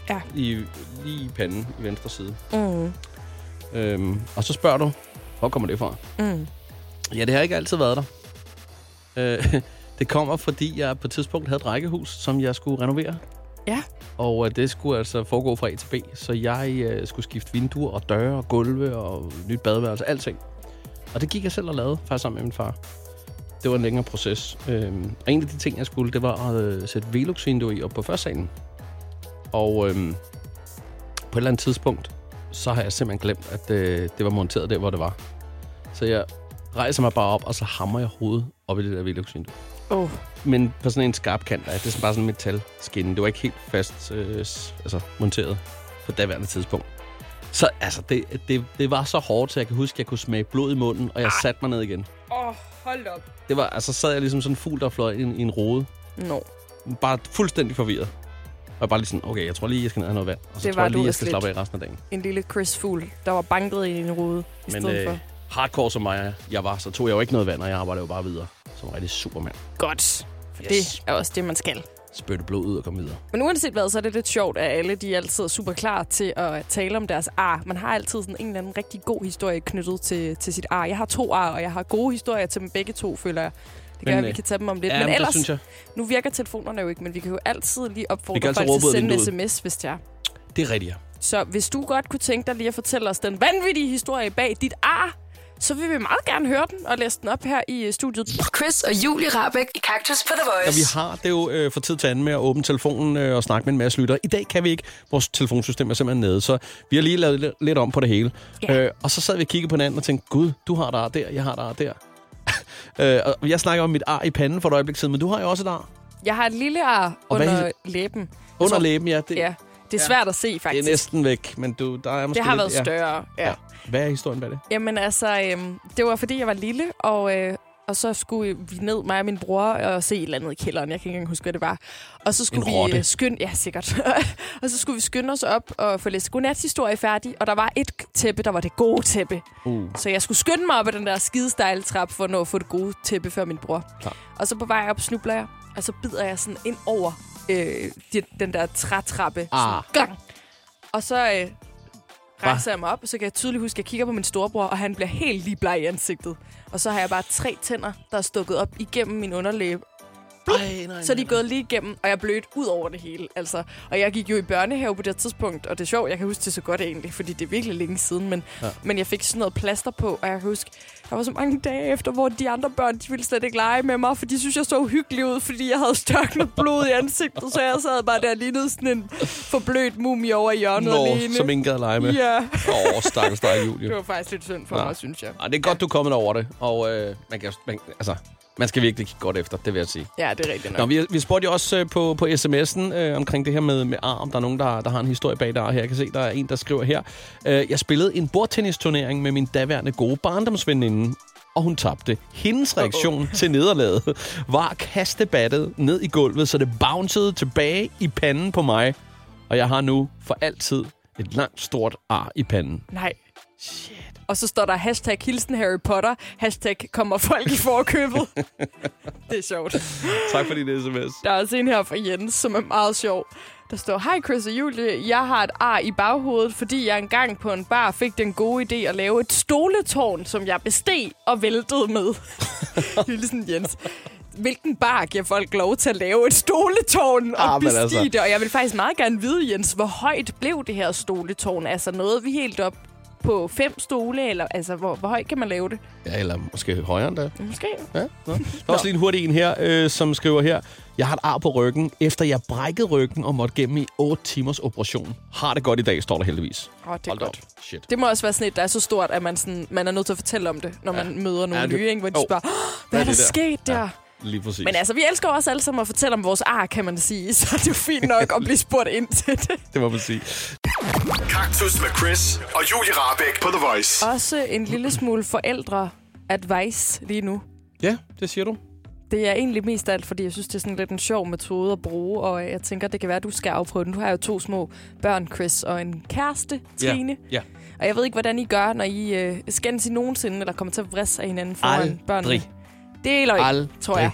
[SPEAKER 3] Ja.
[SPEAKER 2] I, lige i panden i venstre side.
[SPEAKER 3] Mm.
[SPEAKER 2] Øhm, og så spørger du, hvor kommer det fra?
[SPEAKER 3] Mm.
[SPEAKER 2] Ja, det har ikke altid været der. Øh, det kommer, fordi jeg på et tidspunkt havde et rækkehus, som jeg skulle renovere.
[SPEAKER 3] Ja.
[SPEAKER 2] Og øh, det skulle altså foregå fra A til B, så jeg øh, skulle skifte vinduer og døre og gulve og nyt badeværelse, alting. Og det gik jeg selv og lavede, faktisk sammen med min far. Det var en længere proces. Øhm, og en af de ting, jeg skulle, det var at øh, sætte velux i op på førstsalen. Og øhm, på et eller andet tidspunkt, så har jeg simpelthen glemt, at øh, det var monteret der, hvor det var. Så jeg rejser mig bare op, og så hammer jeg hovedet op i det der velux
[SPEAKER 3] Oh.
[SPEAKER 2] men på sådan en skarp kant, der er det er bare sådan en metalskinne. Det var ikke helt fast øh, s- altså, monteret på daværende tidspunkt. Så altså, det, det, det var så hårdt, at jeg kan huske, at jeg kunne smage blod i munden, og jeg satte mig ned igen.
[SPEAKER 3] Åh, oh, hold op.
[SPEAKER 2] Det var, altså, sad jeg ligesom sådan en fugl, der fløj i en, i en rode.
[SPEAKER 3] Nå.
[SPEAKER 2] Bare fuldstændig forvirret. Og jeg bare lige sådan, okay, jeg tror lige, jeg skal ned og have noget vand. Og så
[SPEAKER 3] Det
[SPEAKER 2] tror
[SPEAKER 3] var
[SPEAKER 2] jeg
[SPEAKER 3] du
[SPEAKER 2] lige, jeg
[SPEAKER 3] også
[SPEAKER 2] skal
[SPEAKER 3] lidt.
[SPEAKER 2] slappe af resten af dagen.
[SPEAKER 3] En lille Chris Fugl, der var banket i en rude i
[SPEAKER 2] Men
[SPEAKER 3] stedet
[SPEAKER 2] øh,
[SPEAKER 3] for.
[SPEAKER 2] hardcore som mig, jeg var, så tog jeg jo ikke noget vand, og jeg arbejdede jo bare videre. Som en rigtig supermand.
[SPEAKER 3] Godt. For
[SPEAKER 2] Yes.
[SPEAKER 3] yes. det er også det, man skal.
[SPEAKER 2] Spytte blod ud og kom videre.
[SPEAKER 3] Men uanset hvad, så er det lidt sjovt, at alle de er altid super klar til at tale om deres ar. Man har altid sådan en eller anden rigtig god historie knyttet til, til sit ar. Jeg har to ar, og jeg har gode historier til dem begge to, føler jeg. Det
[SPEAKER 2] Men,
[SPEAKER 3] gør, at vi
[SPEAKER 2] øh,
[SPEAKER 3] kan tage dem om lidt.
[SPEAKER 2] ja,
[SPEAKER 3] men
[SPEAKER 2] men det
[SPEAKER 3] ellers,
[SPEAKER 2] synes jeg.
[SPEAKER 3] nu virker telefonerne jo ikke, men vi kan jo altid lige
[SPEAKER 2] Vi kan
[SPEAKER 3] opfordre
[SPEAKER 2] altid
[SPEAKER 3] folk til at
[SPEAKER 2] råbe ud
[SPEAKER 3] sende
[SPEAKER 2] af
[SPEAKER 3] en sms, hvis det er.
[SPEAKER 2] Det er rigtigt, ja.
[SPEAKER 3] Så hvis du godt kunne tænke dig lige at fortælle os den vanvittige historie bag dit ar, så vil vi meget gerne høre den og læse den op her i øh, studiet.
[SPEAKER 4] Chris og Julie Rabeck i Kaktus på The
[SPEAKER 2] Ja,
[SPEAKER 4] Voice.
[SPEAKER 2] vi har det jo øh, for tid til anden med at åbne telefonen øh, og snakke med en masse lytter. I dag kan vi ikke. Vores telefonsystem er simpelthen nede, så vi har lige lavet lidt- lidt om på det hele.
[SPEAKER 3] Ja.
[SPEAKER 2] Øh, og så sad vi og kiggede på hinanden og tænkte, gud, du har et ar der, jeg har et ar der. øh, og jeg snakker om mit ar i panden for et øjeblik siden, men du har jo også et ar
[SPEAKER 3] Jeg har et lille ar
[SPEAKER 2] Og hvad
[SPEAKER 3] under
[SPEAKER 2] er-
[SPEAKER 3] læben. Jeg
[SPEAKER 2] under
[SPEAKER 3] tror-
[SPEAKER 2] læben, ja. Det,
[SPEAKER 3] Ja, det er svært at se,
[SPEAKER 2] det
[SPEAKER 3] faktisk.
[SPEAKER 2] er næsten væk, men du, der er måske
[SPEAKER 3] Det har været
[SPEAKER 2] lidt,
[SPEAKER 3] større, ja.
[SPEAKER 2] Hvad er historien bag det?
[SPEAKER 3] Jamen altså, øhm, det var fordi, jeg var lille, og, øh, og så skulle vi ned, mig og min bror, og se et eller andet i kælderen. Jeg kan ikke engang huske, hvad det var. Og så skulle
[SPEAKER 4] En rotte.
[SPEAKER 3] vi øh, skynde... Ja, sikkert. og så skulle vi skynde os op og få læst godnathistorie færdig, og der var et tæppe, der var det gode tæppe.
[SPEAKER 2] Uh.
[SPEAKER 3] Så jeg skulle skynde mig op ad den der skidestejle trap for at nå at få det gode tæppe før min bror.
[SPEAKER 2] Klar.
[SPEAKER 3] Og så på vej op snubler jeg, og så bider jeg sådan ind over øh, de- den der trætrappe.
[SPEAKER 2] Ah.
[SPEAKER 3] Sådan, gang! Og så øh, rejser jeg mig op, og så kan jeg tydeligt huske, at jeg kigger på min storebror, og han bliver helt lige bleg i ansigtet. Og så har jeg bare tre tænder, der er stukket op igennem min underlæbe.
[SPEAKER 2] Ej, nej,
[SPEAKER 3] så er de gået lige igennem, og jeg er blødt ud over det hele. Altså. Og jeg gik jo i børnehave på det tidspunkt, og det er sjovt, jeg kan huske det så godt egentlig, fordi det er virkelig længe siden, men, ja.
[SPEAKER 2] Ja.
[SPEAKER 3] men jeg fik sådan noget plaster på, og jeg kan huske, der var så mange dage efter, hvor de andre børn, de ville slet ikke lege med mig, for de synes, jeg så uhyggelig ud, fordi jeg havde størknet blod i ansigtet, så jeg sad bare der og lignede sådan en forblødt mumie over i hjørnet alene.
[SPEAKER 2] Nå, som ingen gad at lege med.
[SPEAKER 3] Ja.
[SPEAKER 2] Åh, stakkels dig, Julie.
[SPEAKER 3] Det var faktisk lidt synd for
[SPEAKER 2] Nå.
[SPEAKER 3] mig, synes jeg.
[SPEAKER 2] Ej, det er godt, du er kommet over det, og øh, man, kan, man, altså, man skal virkelig kigge godt efter, det vil jeg sige.
[SPEAKER 3] Ja, det er rigtigt
[SPEAKER 2] Nå,
[SPEAKER 3] nok.
[SPEAKER 2] vi, vi spurgte jo også øh, på, på sms'en øh, omkring det her med, med ar, om der er nogen, der, der har en historie bag der her. Jeg kan se, der er en, der skriver her. Øh, jeg spillede en bordtennisturnering med min daværende gode barndomsveninde, og hun tabte. Hendes reaktion uh til nederlaget var at kaste battet ned i gulvet, så det bouncede tilbage i panden på mig. Og jeg har nu for altid et langt, stort ar i panden.
[SPEAKER 3] Nej. Shit. Og så står der hashtag hilsen Harry Potter, hashtag kommer folk i forkøbet. det er sjovt.
[SPEAKER 2] tak for din sms.
[SPEAKER 3] Der er også en her fra Jens, som er meget sjov. Der står, hej Chris og Julie, jeg har et ar i baghovedet, fordi jeg engang på en bar fik den gode idé at lave et stoletårn, som jeg besteg og væltede med. Hilsen Jens. Hvilken bar giver folk lov til at lave et stoletårn og
[SPEAKER 2] Ah,
[SPEAKER 3] ah,
[SPEAKER 2] men
[SPEAKER 3] bestige
[SPEAKER 2] altså.
[SPEAKER 3] altså. det? Og jeg vil faktisk meget gerne vide, Jens, hvor højt blev det her stoletårn? Altså noget vi helt op på fem stole, eller altså, hvor, hvor højt kan man lave det?
[SPEAKER 2] Ja, eller måske højere end det.
[SPEAKER 3] Måske.
[SPEAKER 2] Ja, nå. Der er også lige en hurtig en her, øh, som skriver her. Jeg har et ar på ryggen, efter jeg brækkede ryggen og måtte gennem i 8 timers operation. Har det godt i dag, står der heldigvis.
[SPEAKER 3] Åh, det er
[SPEAKER 2] Hold da
[SPEAKER 3] godt.
[SPEAKER 2] op. Shit.
[SPEAKER 3] Det må også være sådan et, der er så stort, at man, sådan, man er nødt til at fortælle om det, når ja. man møder nogle
[SPEAKER 2] Ja,
[SPEAKER 3] ja,
[SPEAKER 2] det-
[SPEAKER 3] nye, ikke? hvor de
[SPEAKER 2] Jo.
[SPEAKER 3] oh. spørger, "Åh, hvad er der
[SPEAKER 2] det der?"
[SPEAKER 3] sket der?
[SPEAKER 2] Lige præcis.
[SPEAKER 3] Men altså, vi elsker jo også alle sammen at fortælle om vores ar, kan man sige. Så det er jo fint nok at blive spurgt ind til det.
[SPEAKER 2] Det må man sige.
[SPEAKER 1] Kaktus med Chris og Julie Rabeck på The Voice.
[SPEAKER 3] Også en lille smule forældre-advice lige nu.
[SPEAKER 2] Ja, det siger du.
[SPEAKER 3] Det er egentlig mest af alt, fordi jeg synes, det er sådan lidt en sjov metode at bruge, og jeg tænker, det kan være, at du skal afprøve den. Du har jo to små børn, Chris, og en kæreste, Trine.
[SPEAKER 2] Ja.
[SPEAKER 3] Og jeg ved ikke, hvordan I gør, når I øh, skændes i nogensinde, eller kommer til at vrisse af hinanden foran børnene.
[SPEAKER 2] Aldrig.
[SPEAKER 3] Det er løgn, tror jeg.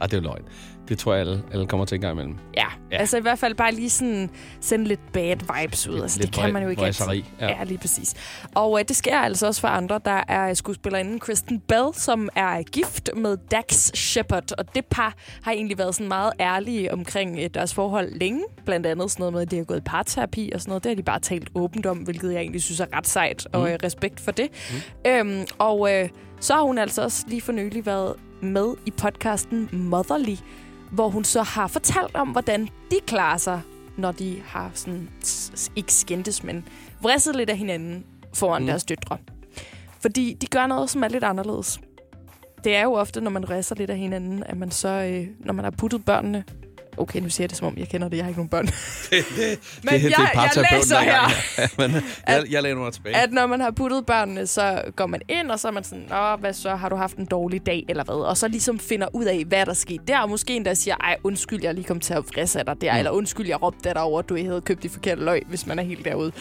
[SPEAKER 2] Ej, det er jo løgn. Det tror jeg, alle, alle kommer til en gang imellem.
[SPEAKER 3] Ja.
[SPEAKER 2] Ja.
[SPEAKER 3] ja, altså i hvert fald bare lige sådan sende lidt bad vibes ud. Altså,
[SPEAKER 2] lidt
[SPEAKER 3] det
[SPEAKER 2] vri-
[SPEAKER 3] kan man jo ikke
[SPEAKER 2] vriseri, ja.
[SPEAKER 3] Ja. ja, lige præcis. Og øh, det sker altså også for andre. Der er skuespillerinden Kristen Bell, som er gift med Dax Shepard. Og det par har egentlig været sådan meget ærlige omkring øh, deres forhold længe. Blandt andet sådan noget med, at de har gået i parterapi og sådan noget. Det har de bare talt åbent om, hvilket jeg egentlig synes er ret sejt. Og
[SPEAKER 15] Mm.
[SPEAKER 3] øh, respekt for det. Mm. Øhm, og øh, så har hun altså også lige for nylig været med i podcasten Motherly, hvor hun så har fortalt om, hvordan de klarer sig, når de har sådan, s- s- ikke skændtes, men vrisset lidt af hinanden foran
[SPEAKER 15] Mm.
[SPEAKER 3] mm. deres døtre. Fordi de gør noget, som er lidt anderledes. Det er jo ofte, når man vrisser lidt af hinanden, at man så, øh, når man har puttet børnene... Okay, nu siger jeg det, som om jeg kender det. Jeg har ikke nogen børn.
[SPEAKER 2] det, det,
[SPEAKER 3] Men jeg- jeg
[SPEAKER 2] parterapeuten
[SPEAKER 3] læser
[SPEAKER 2] hver gang.
[SPEAKER 3] her.
[SPEAKER 2] Ja, men jeg, jeg læner mig tilbage.
[SPEAKER 3] at når man har puttet børnene, så går man ind, og så er man sådan, Nå, hvad så, har du haft en dårlig dag, eller hvad? Og så ligesom finder ud af, hvad der skete der, og måske endda siger, ej, undskyld, jeg lige kom til at frisse af dig der,
[SPEAKER 2] Mm.
[SPEAKER 3] mm. eller undskyld, jeg råbte af dig over, at du havde købt de forkerte løg, hvis man er helt derude.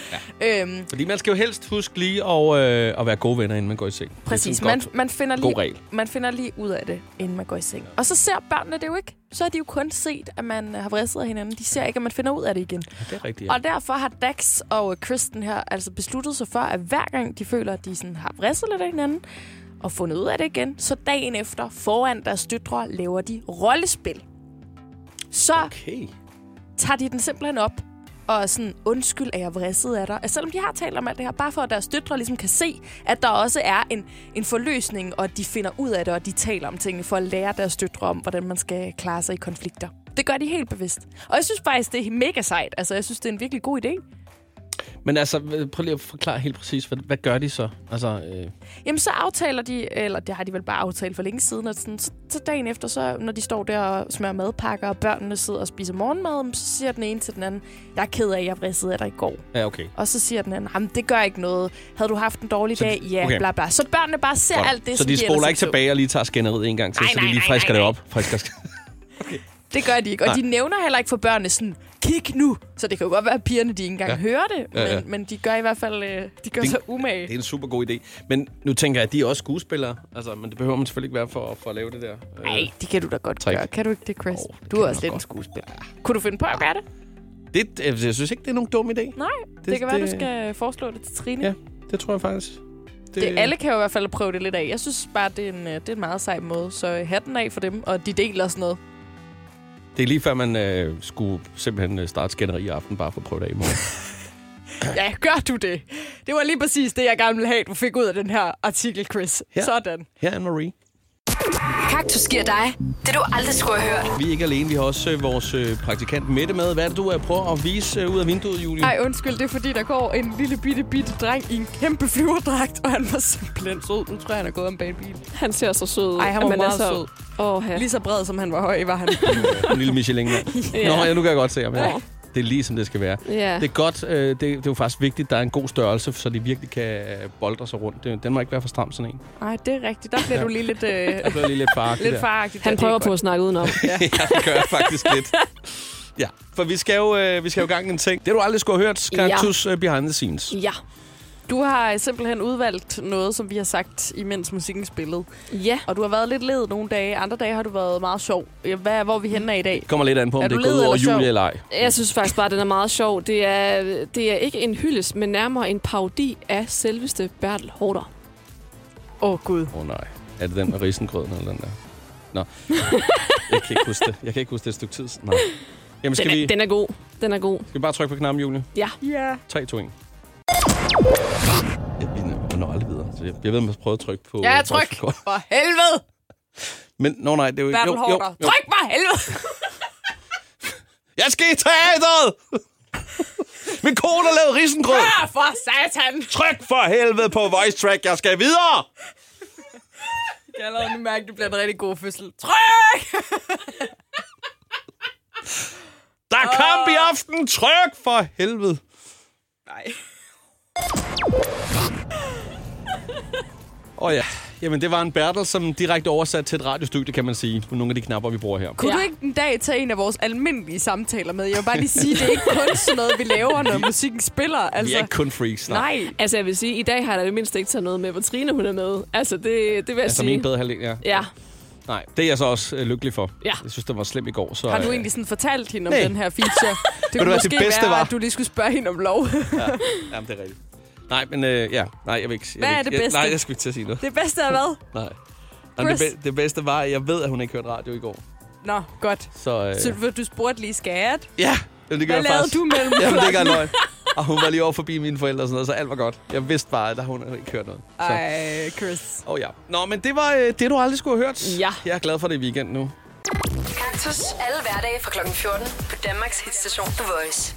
[SPEAKER 3] Ja. Øhm,
[SPEAKER 2] Fordi man skal jo helst huske lige at, øh, at være gode venner, inden man går i seng. Det er
[SPEAKER 3] Præcis.
[SPEAKER 2] sådan
[SPEAKER 3] Man,
[SPEAKER 2] et godt-
[SPEAKER 3] man, finder
[SPEAKER 2] god
[SPEAKER 3] lige,
[SPEAKER 2] regel.
[SPEAKER 3] man finder lige ud af det, inden man går i seng. Og så ser børnene det jo ikke. Så har de jo kun set, at man har vridset af hinanden. De ser ikke, at man finder ud af det igen.
[SPEAKER 2] Det er rigtigt, ja.
[SPEAKER 3] Ja. Og derfor har Dax og øh, Kristen her altså besluttet sig for, at hver gang de føler, at de sådan har vridset lidt af hinanden, og fundet ud af det igen, så dagen efter, foran deres døtre, laver de rollespil. Så
[SPEAKER 2] okay.
[SPEAKER 3] tager de den simpelthen op og er sådan, undskyld, at jeg vrisset af dig. Altså, selvom de har talt om alt det her, bare for at deres døtre ligesom kan se, at der også er en, en forløsning, og at de finder ud af det, og de taler om tingene for at lære deres døtre om, hvordan man skal klare sig i konflikter. Det gør de helt bevidst. Og jeg synes faktisk, det er mega sejt. Altså, jeg synes, det er en virkelig god idé.
[SPEAKER 2] Men altså, h- prøv lige at forklare helt præcis, hvad, hvad gør de så? Altså, øh,
[SPEAKER 3] Jamen, så aftaler de, eller det har de vel bare aftalt for længe siden, at sådan, så, så dagen efter, så, når de står der og smører madpakker, og børnene sidder og spiser morgenmad, så siger den ene til den anden, jeg er ked af, at jeg vridsede af dig i går.
[SPEAKER 2] ja, okay.
[SPEAKER 3] Og så siger den anden, jamen det gør ikke noget. Havde du haft en dårlig
[SPEAKER 2] Så-
[SPEAKER 3] så, dag? Ja,
[SPEAKER 2] okay.
[SPEAKER 3] okay. bla bla. Så børnene bare ser
[SPEAKER 2] Godt.
[SPEAKER 3] alt det,
[SPEAKER 2] så
[SPEAKER 3] som
[SPEAKER 2] de spoler
[SPEAKER 3] ellers
[SPEAKER 2] ikke
[SPEAKER 3] så.
[SPEAKER 2] tilbage og lige tager skænderiet en gang til,
[SPEAKER 3] Nej,
[SPEAKER 2] så de
[SPEAKER 3] nej,
[SPEAKER 2] lige
[SPEAKER 3] nej,
[SPEAKER 2] frisker
[SPEAKER 3] nej,
[SPEAKER 2] det
[SPEAKER 3] nej.
[SPEAKER 2] op. Frisker.
[SPEAKER 3] Det gør de ikke. Og
[SPEAKER 2] Nej.
[SPEAKER 3] Nej. de nævner heller ikke for børnene sådan, kig nu. Så det kan jo godt være, at pigerne de ikke engang
[SPEAKER 2] Ja.
[SPEAKER 3] ja. hører det. Men,
[SPEAKER 2] Ja, ja.
[SPEAKER 3] men de gør i hvert fald øh, de gør
[SPEAKER 2] Det-
[SPEAKER 3] det, sig umage.
[SPEAKER 2] Det er en super god idé. Men nu tænker jeg, at de er også skuespillere, altså, men det behøver man selvfølgelig ikke være for, for at lave det der. Øh,
[SPEAKER 3] Nej, det kan du da godt
[SPEAKER 2] trick.
[SPEAKER 3] gøre. Kan du ikke det, Chris? Oh, du er også lidt en skuespiller. Kunne du finde på at gøre det?
[SPEAKER 2] Det, øh, jeg synes ikke, det er nogen dum idé.
[SPEAKER 3] Nej, det, det kan være, du skal foreslå det til Trine.
[SPEAKER 2] Ja, det tror jeg faktisk. Det,
[SPEAKER 3] Det, alle kan jo i hvert fald prøve det lidt af. Jeg synes bare, det er en, øh, det er en meget sej måde. Så øh, hatten af for dem, og de deler sådan noget.
[SPEAKER 2] det er lige før, man øh, skulle simpelthen øh, starte skænderi i aften, bare for at prøve det af i morgen.
[SPEAKER 3] Ja, gør du det? Det var lige præcis det, jeg gerne ville have, du fik ud af den her artikel, Chris.
[SPEAKER 2] Ja.
[SPEAKER 3] Sådan.
[SPEAKER 2] Her er Anne-Marie.
[SPEAKER 4] Kaktus giver dig det, du aldrig skulle have hørt.
[SPEAKER 2] Vi er ikke alene, vi har også øh, vores øh, praktikant Mette med. Hvad er det, du øh, prøver at vise øh, ud af vinduet, Julie?
[SPEAKER 3] Ej, undskyld, det er fordi, der går en lille bitte, bitte dreng i en kæmpe flyverdragt, og han var simpelthen sød. Nu tror jeg, han er gået om bag en bil.
[SPEAKER 15] Han ser så sød ud.
[SPEAKER 3] Ej, han var
[SPEAKER 15] Men
[SPEAKER 3] meget
[SPEAKER 15] altså,
[SPEAKER 3] sød.
[SPEAKER 15] Åh, ja.
[SPEAKER 3] Lige så bred, som han var høj, var han.
[SPEAKER 2] En lille michelin ja. Nå, ja, nu kan jeg godt se ham. Ja. Det er lige, som det skal være.
[SPEAKER 3] Ja.
[SPEAKER 2] Det er godt. Øh, det, det er jo faktisk vigtigt, at der er en god størrelse, så de virkelig kan øh, boldre sig rundt. Det, den må ikke være for stram, sådan en.
[SPEAKER 3] Nej, det er rigtigt. Der bliver
[SPEAKER 2] Ja.
[SPEAKER 3] du lige lidt... Øh...
[SPEAKER 2] Det bliver lige lidt faragtigt.
[SPEAKER 3] Lidt
[SPEAKER 2] der.
[SPEAKER 3] faragtigt.
[SPEAKER 15] Han
[SPEAKER 3] Ja, det
[SPEAKER 15] prøver
[SPEAKER 3] er
[SPEAKER 15] på
[SPEAKER 3] godt.
[SPEAKER 15] at snakke udenom.
[SPEAKER 2] Ja, det gør jeg faktisk lidt. Ja, for vi skal jo, øh, vi skal jo i gang i en ting. Det, du aldrig skulle have hørt, Kaktus ja. Behind the øh, Scenes.
[SPEAKER 15] Ja.
[SPEAKER 3] Du har simpelthen udvalgt noget, som vi har sagt, imens musikken spillede. Ja. Og du har været lidt led nogle dage. Andre dage har du været meget sjov. Ja, Hvad, hvor er vi henne af i dag?
[SPEAKER 2] Kommer lidt an på, om
[SPEAKER 15] Er
[SPEAKER 2] det
[SPEAKER 15] du
[SPEAKER 2] er gået
[SPEAKER 15] led
[SPEAKER 2] ud over
[SPEAKER 15] eller sjov?
[SPEAKER 2] Julie eller ej.
[SPEAKER 15] Jeg synes faktisk bare, den er meget sjov. Det er, det er ikke en hyldest, men nærmere en parodi af selveste Bertel Hårder.
[SPEAKER 3] Åh, oh, Gud.
[SPEAKER 2] Åh oh, nej. Er det den med risengrøden eller den der? Nå. Jeg kan ikke huske det. Jeg kan ikke huske det et stykke tid. siden. Nej. Jamen, skal
[SPEAKER 15] den, er,
[SPEAKER 2] vi,
[SPEAKER 15] den er god. Den er god.
[SPEAKER 2] skal vi bare trykke på knappen, Julie?
[SPEAKER 15] Ja. Ja.
[SPEAKER 2] 3, 2, 1. Jeg når aldrig videre, så jeg bliver ved med at prøve at trykke på...
[SPEAKER 3] Ja, tryk! For helvede!
[SPEAKER 2] Men, nå nej, det er jo ikke...
[SPEAKER 3] Bertel Hårder. Tryk for helvede!
[SPEAKER 2] Jeg skal i teateret! Min kone har lavet risengrød!
[SPEAKER 3] Hør for satan!
[SPEAKER 2] Tryk for helvede på voice track, jeg skal videre!
[SPEAKER 3] Jeg har allerede nu mærke, at det bliver en rigtig god fødsel. Tryk!
[SPEAKER 2] Der er kamp i aften! Tryk for helvede!
[SPEAKER 3] Nej.
[SPEAKER 2] Åh oh, ja, jamen det var en Bertel, som direkte oversat til et radiostudie, kan man sige, på nogle af de knapper, vi bruger her.
[SPEAKER 3] Kunne ja. du ikke en dag tage en af vores almindelige samtaler med? Jeg vil bare lige sige, det er ikke kun sådan noget, vi laver, når musikken spiller.
[SPEAKER 2] Vi
[SPEAKER 3] Altså.
[SPEAKER 2] er ikke kun freaks, nej.
[SPEAKER 15] Nej. Altså, jeg vil sige, i dag har jeg da i det mindste ikke taget noget med, hvor Trine hun er med. Altså, det, det vil jeg
[SPEAKER 2] Altså
[SPEAKER 15] sige.
[SPEAKER 2] min bedre halvdel, ja.
[SPEAKER 15] Ja.
[SPEAKER 2] Nej, det er jeg så også øh, lykkelig for.
[SPEAKER 15] Ja.
[SPEAKER 2] Jeg synes, det var slemt i går, så...
[SPEAKER 3] Har du
[SPEAKER 2] øh,
[SPEAKER 3] egentlig sådan fortalt hende om
[SPEAKER 2] Nej.
[SPEAKER 3] den her feature?
[SPEAKER 2] Ved du, hvad det bedste
[SPEAKER 3] være,
[SPEAKER 2] var?
[SPEAKER 3] at du lige skulle spørge hende om lov.
[SPEAKER 2] Ja, jamen, det er rigtigt. Nej, men øh, ja, nej, jeg vil ikke... Jeg
[SPEAKER 3] Hvad
[SPEAKER 2] vil
[SPEAKER 3] er
[SPEAKER 2] ikke,
[SPEAKER 3] det bedste?
[SPEAKER 2] Jeg, nej, jeg skal ikke til at sige noget.
[SPEAKER 3] Det bedste er hvad?
[SPEAKER 2] Nej. Jamen, det,
[SPEAKER 3] Chris?
[SPEAKER 2] be- det bedste var, at jeg ved, at hun ikke hørte radio i går.
[SPEAKER 3] Nå, godt.
[SPEAKER 2] Så, øh,
[SPEAKER 3] Så du- du spurgte lige, skal jeg det?
[SPEAKER 2] Ja, jamen, det gør
[SPEAKER 3] Hvad
[SPEAKER 2] jeg
[SPEAKER 3] lavede
[SPEAKER 2] faktisk.
[SPEAKER 3] du mellem
[SPEAKER 2] Jamen, det gør jeg
[SPEAKER 3] klokken?
[SPEAKER 2] løgn. Og hun var lige over forbi mine forældre og sådan noget, så alt var godt. Jeg vidste bare, at hun ikke hørte noget. Så.
[SPEAKER 3] Ej, Chris.
[SPEAKER 2] Åh oh, ja. Nå, men det var øh, det, du aldrig skulle have hørt.
[SPEAKER 4] Ja.
[SPEAKER 2] Jeg er glad for det i weekenden nu.
[SPEAKER 4] Kaktus alle hverdage fra kl. 14 på Danmarks hitstation The Voice.